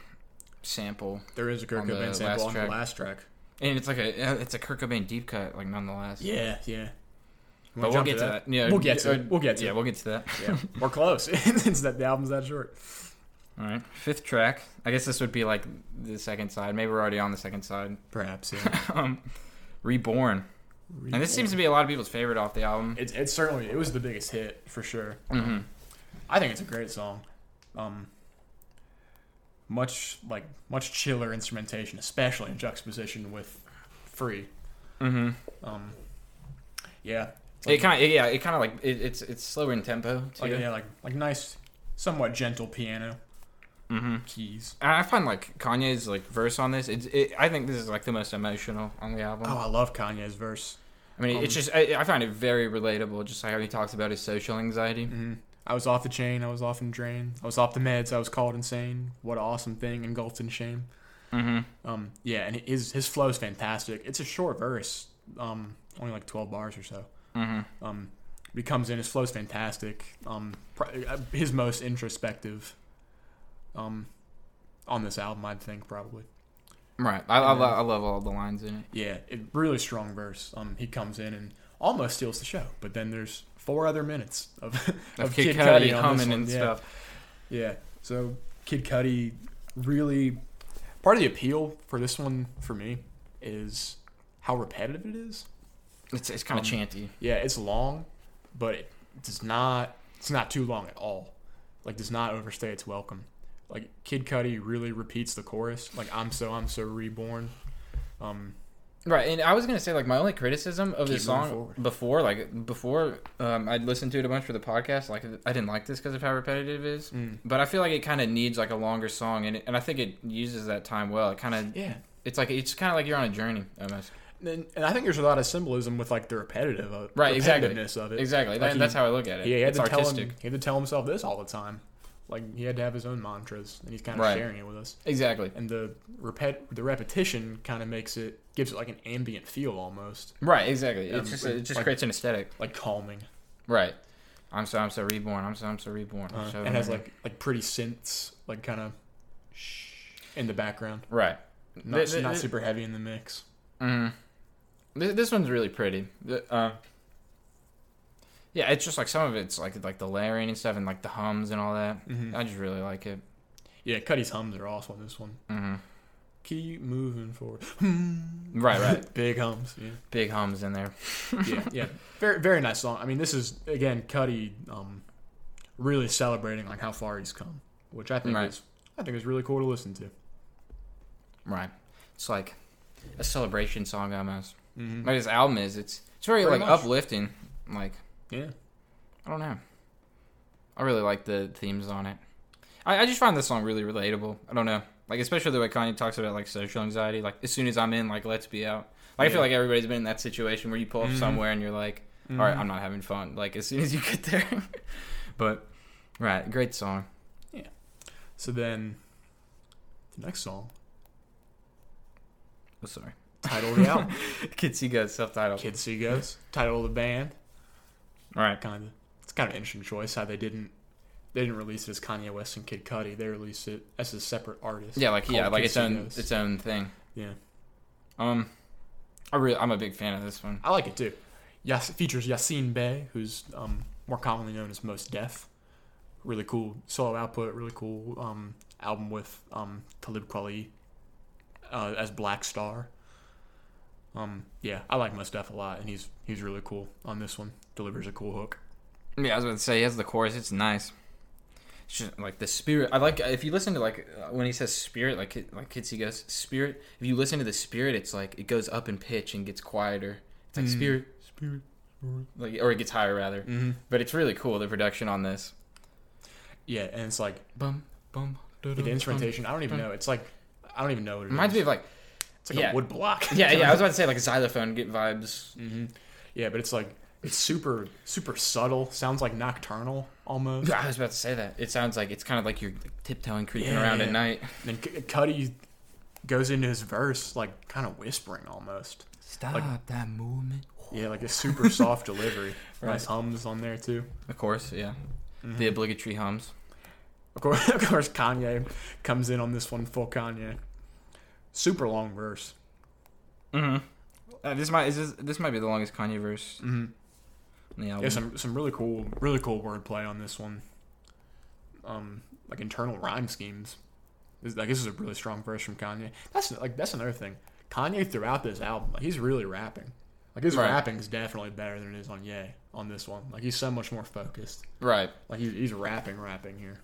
[SPEAKER 2] sample,
[SPEAKER 1] There is a Kurt
[SPEAKER 2] On the
[SPEAKER 1] Cobain
[SPEAKER 2] last
[SPEAKER 1] sample on
[SPEAKER 2] track.
[SPEAKER 1] the last track.
[SPEAKER 2] and it's like a uh, it's a Kurt Cobain deep cut, like nonetheless.
[SPEAKER 1] Yeah, yeah.
[SPEAKER 2] but we'll get to that. Yeah,
[SPEAKER 1] We'll get to
[SPEAKER 2] uh,
[SPEAKER 1] it. We'll get to
[SPEAKER 2] yeah,
[SPEAKER 1] it.
[SPEAKER 2] we'll get to that.
[SPEAKER 1] Yeah, we're close. it's that the album's that short.
[SPEAKER 2] All right, fifth track. I guess this would be like the second side. Maybe we're already on the second side.
[SPEAKER 1] Perhaps. Yeah.
[SPEAKER 2] um, Reborn. and this seems to be a lot of people's favorite off the album.
[SPEAKER 1] It's it's certainly it was the biggest hit for sure.
[SPEAKER 2] hmm
[SPEAKER 1] I think it's a great song. Um, much like much chiller instrumentation, especially in juxtaposition with "Free."
[SPEAKER 2] hmm
[SPEAKER 1] Um, yeah,
[SPEAKER 2] It kind of yeah, it kind of like it, it's it's slower in tempo too.
[SPEAKER 1] like Oh, yeah, like like nice, somewhat gentle piano
[SPEAKER 2] hmm
[SPEAKER 1] keys.
[SPEAKER 2] And I find like Kanye's like verse on this. It's it, I think this is like the most emotional on the album.
[SPEAKER 1] Oh, I love Kanye's verse.
[SPEAKER 2] I mean, it's
[SPEAKER 1] um,
[SPEAKER 2] just I, I find it very relatable. Just like how he talks about his social anxiety.
[SPEAKER 1] hmm I was off the chain. I was off and drained. I was off the meds. I was called insane. What an awesome thing, engulfed in shame.
[SPEAKER 2] Mm-hmm.
[SPEAKER 1] Um, yeah, and his his flow is fantastic. It's a short verse, um, only like twelve bars or so.
[SPEAKER 2] Mm-hmm.
[SPEAKER 1] Um, but he comes in. His flow's fantastic. Um, pro- uh, his most introspective. Um, on this album, I think probably.
[SPEAKER 2] Right. I, I,
[SPEAKER 1] And then-
[SPEAKER 2] lo- I love all the lines in it.
[SPEAKER 1] Yeah, it really strong verse. Um, he comes in and almost steals the show, but then there's four other minutes of
[SPEAKER 2] Of,
[SPEAKER 1] Of
[SPEAKER 2] Kid,
[SPEAKER 1] Kid
[SPEAKER 2] Cudi
[SPEAKER 1] Cudi on this
[SPEAKER 2] humming
[SPEAKER 1] one,
[SPEAKER 2] and
[SPEAKER 1] yeah.
[SPEAKER 2] stuff.
[SPEAKER 1] Yeah. So Kid Cudi really part of the appeal for this one for me is how repetitive it is.
[SPEAKER 2] It's it's kind of
[SPEAKER 1] Um,
[SPEAKER 2] chanty.
[SPEAKER 1] Yeah, it's long, but it does not it's not too long at all. Like does not overstay its welcome. Like Kid Cudi really repeats the chorus. Like I'm so I'm so reborn. Um
[SPEAKER 2] Right, and I was gonna say like my only criticism of this
[SPEAKER 1] Keep moving
[SPEAKER 2] song
[SPEAKER 1] forward.
[SPEAKER 2] before, like before, um, I'd listened to it a bunch for the podcast. Like I didn't like this because of how repetitive it is,
[SPEAKER 1] Mm.
[SPEAKER 2] but I feel like it kind of needs like a longer song, and it, and I think it uses that time well. It kind of
[SPEAKER 1] yeah.
[SPEAKER 2] it's like it's kind of like you're on a journey almost.
[SPEAKER 1] And, and I think there's a lot of symbolism with like the repetitive of
[SPEAKER 2] Right, exactly.
[SPEAKER 1] repetitiveness of it.
[SPEAKER 2] Exactly,
[SPEAKER 1] Like
[SPEAKER 2] that,
[SPEAKER 1] he-
[SPEAKER 2] that's how I look at it.
[SPEAKER 1] Yeah, he had
[SPEAKER 2] it's
[SPEAKER 1] to tell
[SPEAKER 2] artistic.
[SPEAKER 1] him, he had to tell himself this all the time. Like he had to have his own mantras, and he's kind of
[SPEAKER 2] Right.
[SPEAKER 1] sharing it with us.
[SPEAKER 2] Exactly.
[SPEAKER 1] And the repet the repetition kind of makes it gives it like an ambient feel almost,
[SPEAKER 2] Right. Exactly.
[SPEAKER 1] Um,
[SPEAKER 2] It's just
[SPEAKER 1] like-
[SPEAKER 2] it just
[SPEAKER 1] like-
[SPEAKER 2] creates an aesthetic.
[SPEAKER 1] like calming,
[SPEAKER 2] Right. I'm so I'm so reborn. I'm so I'm so reborn. I'm
[SPEAKER 1] uh,
[SPEAKER 2] so mm-hmm.
[SPEAKER 1] and has like like pretty synths, like kind of shh in the background,
[SPEAKER 2] right.
[SPEAKER 1] not,
[SPEAKER 2] Th- th-
[SPEAKER 1] not
[SPEAKER 2] th-
[SPEAKER 1] super heavy in the mix.
[SPEAKER 2] Mm. This, this one's really pretty. The- Uh, yeah, it's just like some of it's like like the layering and stuff, and like the hums and all that.
[SPEAKER 1] Mhm.
[SPEAKER 2] I just really like it.
[SPEAKER 1] Yeah, Cuddy's hums are awesome. on This one,
[SPEAKER 2] hmm
[SPEAKER 1] keep moving forward.
[SPEAKER 2] Right, right.
[SPEAKER 1] Big hums. Yeah.
[SPEAKER 2] Hmm. Big hums in there.
[SPEAKER 1] yeah, yeah. Very, very nice song. I mean, this is again Cuddy um, really celebrating like how far he's come, which I think
[SPEAKER 2] Right.
[SPEAKER 1] is I think is really cool to listen to.
[SPEAKER 2] Right. It's like a celebration song almost.
[SPEAKER 1] Mm-hmm.
[SPEAKER 2] Like this album is. It's it's very
[SPEAKER 1] Pretty
[SPEAKER 2] like
[SPEAKER 1] much.
[SPEAKER 2] uplifting. Like
[SPEAKER 1] Yeah,
[SPEAKER 2] I don't know. I really like the themes on it. I, I just find this song really relatable. I don't know. Like especially the way Kanye talks about like social anxiety. Like as soon as I'm in, like let's be out. Like I
[SPEAKER 1] Yeah.
[SPEAKER 2] feel like everybody's been in that situation where you pull up
[SPEAKER 1] Mhm.
[SPEAKER 2] somewhere and you're like,
[SPEAKER 1] Mm-hmm.
[SPEAKER 2] all right, I'm not having fun. Like as soon as you get there. but right, great song.
[SPEAKER 1] So then, the next song,
[SPEAKER 2] Oh, sorry.
[SPEAKER 1] title of the album,
[SPEAKER 2] Kids See Goes subtitle.
[SPEAKER 1] Kid See Goes, title of the band.
[SPEAKER 2] All right.
[SPEAKER 1] Kind of, it's kind of an interesting choice how they didn't they didn't release it as Kanye West and Kid Cudi. They released it as a separate artist.
[SPEAKER 2] Yeah, like yeah,
[SPEAKER 1] Called
[SPEAKER 2] like
[SPEAKER 1] Kid
[SPEAKER 2] its
[SPEAKER 1] See
[SPEAKER 2] own
[SPEAKER 1] Goes.
[SPEAKER 2] its own thing.
[SPEAKER 1] yeah,
[SPEAKER 2] Um I really I'm a big fan of this one.
[SPEAKER 1] I like it too. Yas- features Yassine Bey, who's um, more commonly known as Most Def. Really cool solo output, really cool um, album with um, Talib Kweli uh, as Black Star. Um, yeah, I like Most Def a lot, and he's he's really cool on this one. Delivers a cool hook.
[SPEAKER 2] Yeah, I was about to say he has the chorus, it's nice. it's just like the spirit. I like if you listen to like uh, when he says spirit, like Kid- like kids, he goes spirit. If you listen to the spirit, it's like it goes up in pitch and gets quieter. It's like
[SPEAKER 1] Mm.
[SPEAKER 2] spirit, spirit, like or it gets higher rather.
[SPEAKER 1] Mm-hmm.
[SPEAKER 2] But it's really cool the production on this.
[SPEAKER 1] Yeah, and it's like
[SPEAKER 2] Bum bum.
[SPEAKER 1] the instrumentation. I don't even know. It's like I don't even know what it is.
[SPEAKER 2] Reminds me of like
[SPEAKER 1] it's like
[SPEAKER 2] yeah.
[SPEAKER 1] a wood block.
[SPEAKER 2] yeah yeah. I was about to say like xylophone get vibes.
[SPEAKER 1] hmm Yeah, but it's like it's super super subtle. Sounds like nocturnal almost.
[SPEAKER 2] I was about to say that. It sounds like it's kind of like you're like, tiptoeing, creeping
[SPEAKER 1] Yeah,
[SPEAKER 2] around at
[SPEAKER 1] yeah.
[SPEAKER 2] night.
[SPEAKER 1] And then C- Cuddy goes into his verse like kind of whispering almost.
[SPEAKER 2] Stop
[SPEAKER 1] Like-
[SPEAKER 2] that movement.
[SPEAKER 1] Yeah, like a super soft delivery.
[SPEAKER 2] Right.
[SPEAKER 1] Nice hums on there too.
[SPEAKER 2] Of course, yeah.
[SPEAKER 1] Mm-hmm.
[SPEAKER 2] The obligatory hums.
[SPEAKER 1] Of course, of course, Kanye comes in on this one full Kanye. Super long verse.
[SPEAKER 2] Mm-hmm. Uh, this might is this, this might be the longest Kanye verse
[SPEAKER 1] Mm-hmm.
[SPEAKER 2] in the album.
[SPEAKER 1] Yeah, some some really cool, really cool wordplay on this one. Um, like internal rhyme schemes. This, like this is a really strong verse from Kanye. That's like that's another thing. Kanye throughout this album, like, he's really rapping. Like his
[SPEAKER 2] Right.
[SPEAKER 1] rapping is definitely better than it is on Ye on this one. Like he's so much more focused.
[SPEAKER 2] Right.
[SPEAKER 1] Like he's, he's rapping, rapping here.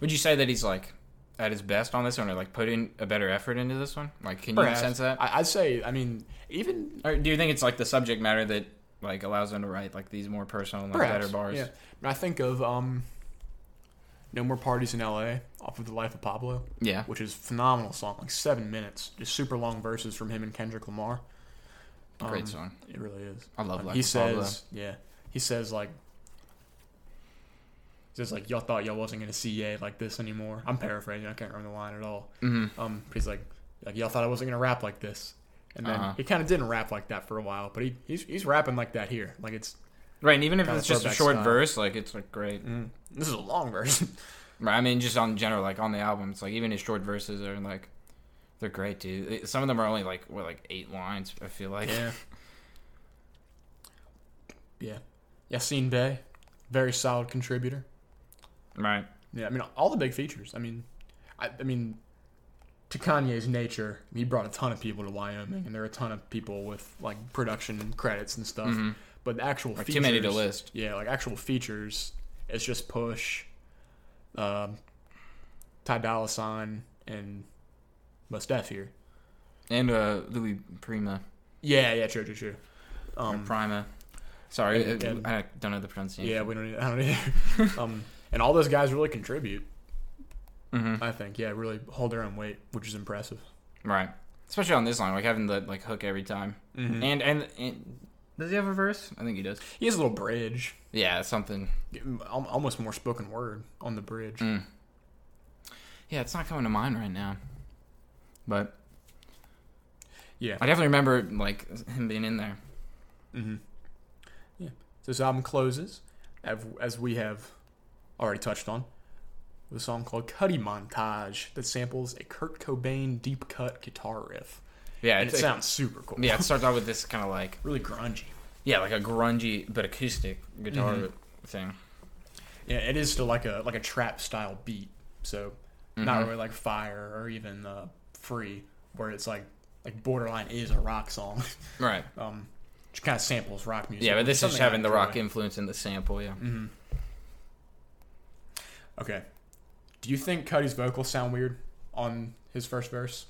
[SPEAKER 2] Would you say that he's like at his best on this one, or like putting a better effort into this one? Like, can
[SPEAKER 1] Perhaps.
[SPEAKER 2] you sense that?
[SPEAKER 1] I, I'd say. I mean, even
[SPEAKER 2] Or do you think it's like the subject matter that like allows him to write like these more personal, like,
[SPEAKER 1] Perhaps,
[SPEAKER 2] better bars?
[SPEAKER 1] Yeah. And I think of um, No More Parties in LA off of The Life of Pablo,
[SPEAKER 2] Yeah.
[SPEAKER 1] which is a phenomenal song, like seven minutes, just super long verses from him and Kendrick Lamar.
[SPEAKER 2] Great
[SPEAKER 1] Um,
[SPEAKER 2] song.
[SPEAKER 1] It really is.
[SPEAKER 2] I love
[SPEAKER 1] Um,
[SPEAKER 2] Life
[SPEAKER 1] he
[SPEAKER 2] of Pablo.
[SPEAKER 1] says, yeah, he says like, he says like, y'all thought y'all wasn't gonna see Ye like this anymore. I'm paraphrasing. I can't remember the line at all.
[SPEAKER 2] hmm
[SPEAKER 1] Um, but he's like, like y'all thought I wasn't gonna rap like this. And then
[SPEAKER 2] Uh-huh.
[SPEAKER 1] he kind of didn't rap like that for a while, but he, he's, he's rapping like that here. Like it's
[SPEAKER 2] Right, and even if
[SPEAKER 1] Kinda
[SPEAKER 2] it's just a
[SPEAKER 1] throwback
[SPEAKER 2] short
[SPEAKER 1] style.
[SPEAKER 2] verse, like it's like great.
[SPEAKER 1] mm, this is a long verse.
[SPEAKER 2] Right, I mean, just on general, like on the album, it's like even his short verses are like they're great, dude. It- Some of them are only like what, like eight lines. I feel like.
[SPEAKER 1] yeah. Yeah. Yassine Bey, very solid contributor.
[SPEAKER 2] Right.
[SPEAKER 1] Yeah, I mean all the big features. I mean, I, I mean, to Kanye's nature, he brought a ton of people to Wyoming, and there are a ton of people with like production credits and stuff.
[SPEAKER 2] hmm
[SPEAKER 1] But the actual
[SPEAKER 2] Like,
[SPEAKER 1] features,
[SPEAKER 2] too many to list.
[SPEAKER 1] Yeah, like actual features. It's just Push, um, Ty Dolla Sign, and Mos Def here.
[SPEAKER 2] And uh, Louis Prima,
[SPEAKER 1] Yeah, yeah, true, true, true.
[SPEAKER 2] or
[SPEAKER 1] Um,
[SPEAKER 2] Prima. Sorry,
[SPEAKER 1] and-
[SPEAKER 2] uh,
[SPEAKER 1] and-
[SPEAKER 2] I don't know the pronunciation.
[SPEAKER 1] Yeah, we don't. Either, I don't either. um, and all those guys really contribute.
[SPEAKER 2] Mm-hmm.
[SPEAKER 1] I think. Yeah, really hold their own weight, which is impressive.
[SPEAKER 2] Right. Especially on this line, like having the like hook every time. And, and and Mm-hmm. does he have a verse? I think he does.
[SPEAKER 1] He has a little bridge,
[SPEAKER 2] Yeah, something.
[SPEAKER 1] al- almost more spoken word on the bridge.
[SPEAKER 2] Mm. Yeah, it's not coming to mind right now. But
[SPEAKER 1] Yeah.
[SPEAKER 2] I definitely remember like him being in there.
[SPEAKER 1] hmm Yeah. So this album closes, av- as we have already touched on, with a song called "Cuddy Montage" that samples a Kurt Cobain deep cut guitar riff,
[SPEAKER 2] Yeah,
[SPEAKER 1] and it
[SPEAKER 2] it's,
[SPEAKER 1] sounds super cool.
[SPEAKER 2] yeah. It starts out with this kind of like
[SPEAKER 1] really grungy.
[SPEAKER 2] yeah, like a grungy but acoustic guitar
[SPEAKER 1] Mhm.
[SPEAKER 2] thing.
[SPEAKER 1] Yeah, it is still like a like a trap style beat. So not
[SPEAKER 2] Mhm.
[SPEAKER 1] really like fire or even uh, free, where it's like like borderline is a rock song.
[SPEAKER 2] Right.
[SPEAKER 1] Um, which kind of samples rock music.
[SPEAKER 2] Yeah, but
[SPEAKER 1] which
[SPEAKER 2] this is
[SPEAKER 1] something I
[SPEAKER 2] having the rock
[SPEAKER 1] enjoy.
[SPEAKER 2] influence in the sample. Yeah.
[SPEAKER 1] Mhm. Okay. Do you think Cuddy's vocals sound weird on his first verse?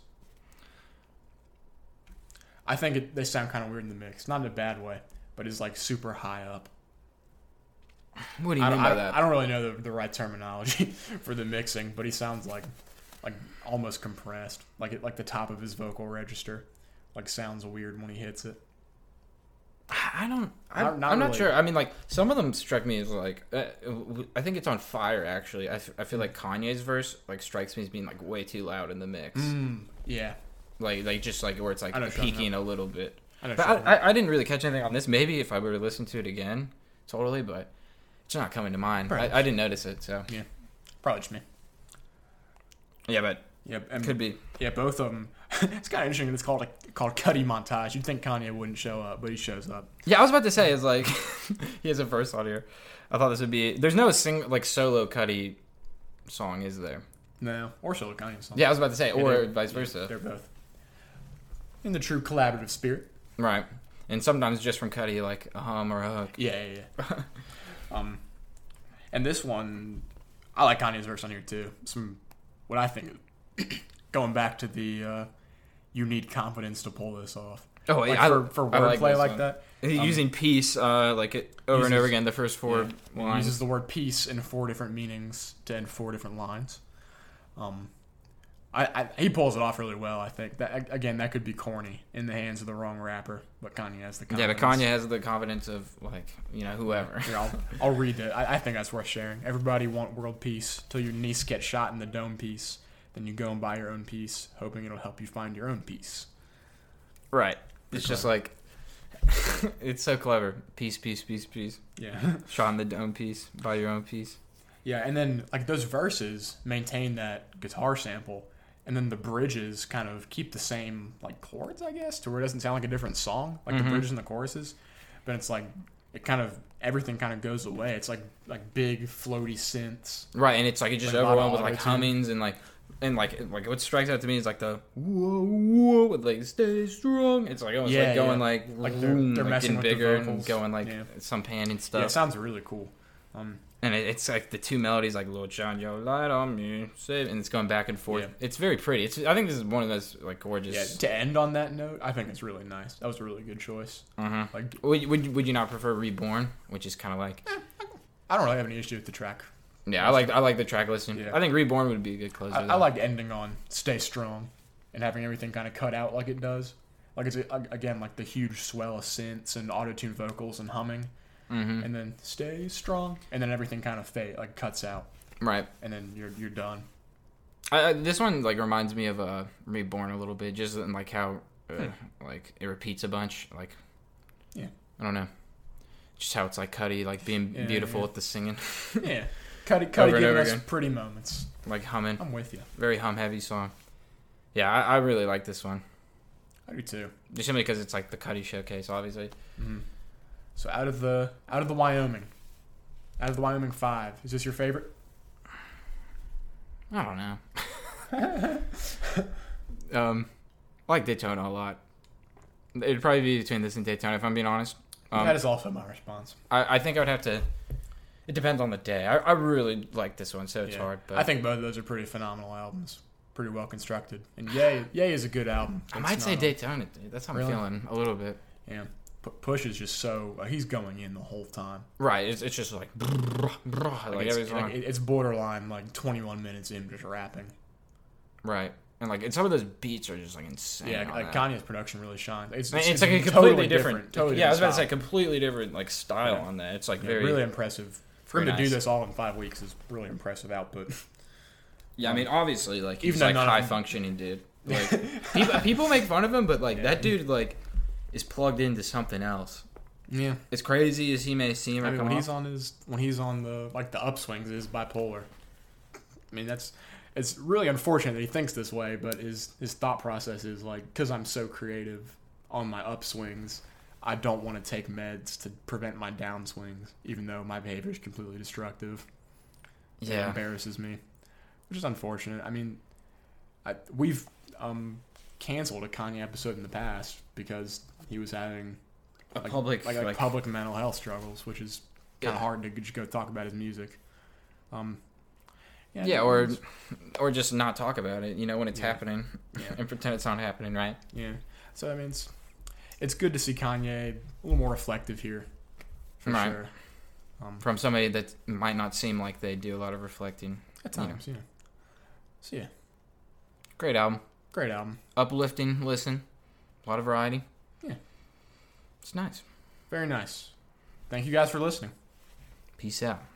[SPEAKER 1] I think it, they sound kind of weird in the mix, not in a bad way, but it's like super high up.
[SPEAKER 2] What do you
[SPEAKER 1] I
[SPEAKER 2] mean
[SPEAKER 1] don't,
[SPEAKER 2] by
[SPEAKER 1] I,
[SPEAKER 2] that?
[SPEAKER 1] I don't really know the, the right terminology for the mixing, but he sounds like like almost compressed, like it, like the top of his vocal register, like sounds weird when he hits it.
[SPEAKER 2] I I don't. I,
[SPEAKER 1] Not- not
[SPEAKER 2] I'm not
[SPEAKER 1] really.
[SPEAKER 2] sure. I mean, like some of them struck me as like uh, w- I think it's on fire. Actually, I, f- I feel like Kanye's verse like strikes me as being like way too loud in the mix.
[SPEAKER 1] yeah,
[SPEAKER 2] Like like just like where it's like
[SPEAKER 1] Mm. I know what you're talking
[SPEAKER 2] peaking a little bit.
[SPEAKER 1] I know.
[SPEAKER 2] But
[SPEAKER 1] what you're talking
[SPEAKER 2] I, I, I didn't really catch anything on this. Maybe if I were to listen to it again, totally. But it's not coming to mind. I,
[SPEAKER 1] Perhaps.
[SPEAKER 2] I didn't notice it. So
[SPEAKER 1] about. probably just me.
[SPEAKER 2] yeah, but
[SPEAKER 1] Yeah, and,
[SPEAKER 2] could be.
[SPEAKER 1] yeah, both of them. it's kind of interesting. that It's called a, called Cuddy montage. You'd think Kanye wouldn't show up, but he shows up.
[SPEAKER 2] Yeah, I was about to say is like he has a verse on here. I thought this would be. There's no sing like solo Cuddy song, is there?
[SPEAKER 1] No, or solo Kanye song.
[SPEAKER 2] Yeah, I was about to say,
[SPEAKER 1] Yeah,
[SPEAKER 2] or
[SPEAKER 1] they're-
[SPEAKER 2] vice
[SPEAKER 1] yeah,
[SPEAKER 2] versa.
[SPEAKER 1] They're both in the true collaborative spirit.
[SPEAKER 2] Right. And sometimes just from Cuddy, like a hum or a hook.
[SPEAKER 1] Yeah, yeah, yeah. um, and this one, I like Kanye's verse on here too. Some what I think going back to the uh, you need confidence to pull this off.
[SPEAKER 2] Oh,
[SPEAKER 1] like
[SPEAKER 2] yeah, I-
[SPEAKER 1] for, for
[SPEAKER 2] I like
[SPEAKER 1] wordplay
[SPEAKER 2] this
[SPEAKER 1] like,
[SPEAKER 2] one.
[SPEAKER 1] that. Um,
[SPEAKER 2] using peace, uh, like it over and
[SPEAKER 1] uses-
[SPEAKER 2] over again. The first four
[SPEAKER 1] Yeah. It
[SPEAKER 2] lines.
[SPEAKER 1] uses the word peace in four different meanings to end four different lines. Um, I, I he pulls it off really well. I think that again that could be corny in the hands of the wrong rapper, but Kanye has the
[SPEAKER 2] yeah, but
[SPEAKER 1] confidence.
[SPEAKER 2] Kanye has the confidence of like you know whoever.
[SPEAKER 1] Here, I'll, I'll read that. I, I think that's worth sharing. Everybody want world peace till your niece gets shot in the dome piece. Then you go and buy your own piece, hoping it'll help you find your own peace.
[SPEAKER 2] Right. It's just like it's so clever. Peace, peace, peace, peace.
[SPEAKER 1] Yeah.
[SPEAKER 2] Shot in the dome piece. Buy your own piece.
[SPEAKER 1] Yeah, and then like those verses maintain that guitar sample, and then the bridges kind of keep the same like chords, I guess, to where it doesn't sound like a different song, like the bridges and the choruses. But it's like it kind of everything kind of goes away. It's like like big floaty synths.
[SPEAKER 2] Right, and it's like it's just
[SPEAKER 1] Like, a lot
[SPEAKER 2] overwhelmed
[SPEAKER 1] of
[SPEAKER 2] with like
[SPEAKER 1] auto-tune.
[SPEAKER 2] hummings and like and like and, like what strikes out to me is like the whoa whoa with like stay strong. It's like oh it's
[SPEAKER 1] Yeah,
[SPEAKER 2] like going
[SPEAKER 1] yeah.
[SPEAKER 2] like
[SPEAKER 1] Like, they're-
[SPEAKER 2] vroom,
[SPEAKER 1] they're
[SPEAKER 2] like,
[SPEAKER 1] messing with
[SPEAKER 2] getting
[SPEAKER 1] the
[SPEAKER 2] bigger and
[SPEAKER 1] vocals.
[SPEAKER 2] going like
[SPEAKER 1] Yeah.
[SPEAKER 2] some pan
[SPEAKER 1] Yeah,
[SPEAKER 2] and stuff.
[SPEAKER 1] it sounds really cool. Um,
[SPEAKER 2] and it, it's like the two melodies like Lord Shine Your Light on Me, save and it's going back and forth.
[SPEAKER 1] Yeah.
[SPEAKER 2] It's very pretty. It's I think this is one of those like
[SPEAKER 1] yeah,
[SPEAKER 2] gorgeous.
[SPEAKER 1] to end on that note, I think it's really nice. That was a really good choice.
[SPEAKER 2] uh-huh.
[SPEAKER 1] Like
[SPEAKER 2] Would, would would you not prefer Reborn, which is kind of like
[SPEAKER 1] I don't really have any issue with the track.
[SPEAKER 2] Yeah, I like I like the track listing.
[SPEAKER 1] Yeah.
[SPEAKER 2] I think Reborn would be a good closer.
[SPEAKER 1] I, I
[SPEAKER 2] though.
[SPEAKER 1] like ending on "Stay Strong" and having everything kind of cut out like it does. Like it's a, again like the huge swell of synths and auto-tune vocals and humming,
[SPEAKER 2] Mhm.
[SPEAKER 1] and then "Stay Strong," and then everything kind of fade like cuts out,
[SPEAKER 2] right.
[SPEAKER 1] and then you're you're done.
[SPEAKER 2] I, I, this one like reminds me of uh, Reborn a little bit, just in, like how uh, like it repeats a bunch. Like
[SPEAKER 1] Hmm. Yeah.
[SPEAKER 2] I don't know, just how it's like Cuddy like being
[SPEAKER 1] Yeah,
[SPEAKER 2] beautiful
[SPEAKER 1] yeah.
[SPEAKER 2] with the singing,
[SPEAKER 1] yeah, cut it, cut
[SPEAKER 2] Over
[SPEAKER 1] it,
[SPEAKER 2] and
[SPEAKER 1] giving
[SPEAKER 2] over
[SPEAKER 1] us
[SPEAKER 2] again.
[SPEAKER 1] pretty moments.
[SPEAKER 2] like humming,
[SPEAKER 1] I'm with you.
[SPEAKER 2] very hum heavy song. Yeah, I, I really like this one,
[SPEAKER 1] I do too.
[SPEAKER 2] just simply because it's like the Cuddy showcase, obviously.
[SPEAKER 1] Mhm. So out of the out of the Wyoming, out of the Wyoming five, is this your favorite?
[SPEAKER 2] I don't know. um, I like Daytona a lot. It'd probably be between this and Daytona if I'm being honest. Um,
[SPEAKER 1] that is also my response.
[SPEAKER 2] I, I think I would have to. It depends on the day. I, I really like this one, so it's
[SPEAKER 1] Yeah.
[SPEAKER 2] hard. But
[SPEAKER 1] I think both of those are pretty phenomenal albums, pretty well constructed. And Yay, Yay is a good album.
[SPEAKER 2] I
[SPEAKER 1] It's
[SPEAKER 2] might say
[SPEAKER 1] not-
[SPEAKER 2] Daytona. dude. That's how I'm
[SPEAKER 1] Really?
[SPEAKER 2] feeling a little bit.
[SPEAKER 1] Yeah, P- Push is just so uh, he's going in the whole time.
[SPEAKER 2] Right. It's, it's just like brrrr, brrrr, like,
[SPEAKER 1] Like,
[SPEAKER 2] every
[SPEAKER 1] it's,
[SPEAKER 2] song.
[SPEAKER 1] like, it- it's borderline like 21 minutes in just rapping.
[SPEAKER 2] right. And like and some of those beats are just like insane.
[SPEAKER 1] yeah,
[SPEAKER 2] on
[SPEAKER 1] like
[SPEAKER 2] that.
[SPEAKER 1] Kanye's production really shines. It's,
[SPEAKER 2] And
[SPEAKER 1] it's,
[SPEAKER 2] it's, like a completely
[SPEAKER 1] totally
[SPEAKER 2] different.
[SPEAKER 1] totally
[SPEAKER 2] yeah, I was about to say
[SPEAKER 1] different
[SPEAKER 2] completely different like style
[SPEAKER 1] Yeah.
[SPEAKER 2] on that. It's like
[SPEAKER 1] style. Yeah,
[SPEAKER 2] very.
[SPEAKER 1] really impressive. For him
[SPEAKER 2] very
[SPEAKER 1] to do
[SPEAKER 2] nice.
[SPEAKER 1] this all in five weeks is really impressive output.
[SPEAKER 2] Yeah, I mean, obviously, like he's
[SPEAKER 1] Even though
[SPEAKER 2] like
[SPEAKER 1] none of
[SPEAKER 2] high
[SPEAKER 1] them-
[SPEAKER 2] functioning dude. Like people, people make fun of him, but like that dude like is plugged into something else.
[SPEAKER 1] Yeah,
[SPEAKER 2] As crazy as he may seem, or
[SPEAKER 1] I mean,
[SPEAKER 2] come
[SPEAKER 1] when he's
[SPEAKER 2] off-
[SPEAKER 1] on his when he's on the like the upswings is bipolar. I mean that's it's really unfortunate that he thinks this way, but his his thought process is like because I'm so creative on my upswings, I don't want to take meds to prevent my downswings, even though my behavior is completely destructive. it
[SPEAKER 2] yeah,
[SPEAKER 1] embarrasses me, which is unfortunate. I mean, I, we've um canceled a Kanye episode in the past because he was having
[SPEAKER 2] a public
[SPEAKER 1] like,
[SPEAKER 2] like,
[SPEAKER 1] like, public mental health struggles, which is kind
[SPEAKER 2] Yeah.
[SPEAKER 1] of hard to just go talk about his music. Um,
[SPEAKER 2] yeah, or or just not talk about it. You know, when it's
[SPEAKER 1] Yeah.
[SPEAKER 2] happening,
[SPEAKER 1] Yeah.
[SPEAKER 2] and pretend it's not happening, right?
[SPEAKER 1] yeah. So I mean, it's it's good to see Kanye a little more reflective here, for
[SPEAKER 2] Right.
[SPEAKER 1] sure. Um,
[SPEAKER 2] From somebody that might not seem like they do a lot of reflecting.
[SPEAKER 1] at
[SPEAKER 2] you know.
[SPEAKER 1] times, yeah. So yeah,
[SPEAKER 2] Great album,
[SPEAKER 1] great album,
[SPEAKER 2] uplifting. Listen, a lot of variety.
[SPEAKER 1] Yeah.
[SPEAKER 2] it's nice.
[SPEAKER 1] very nice. Thank you guys for listening.
[SPEAKER 2] Peace out.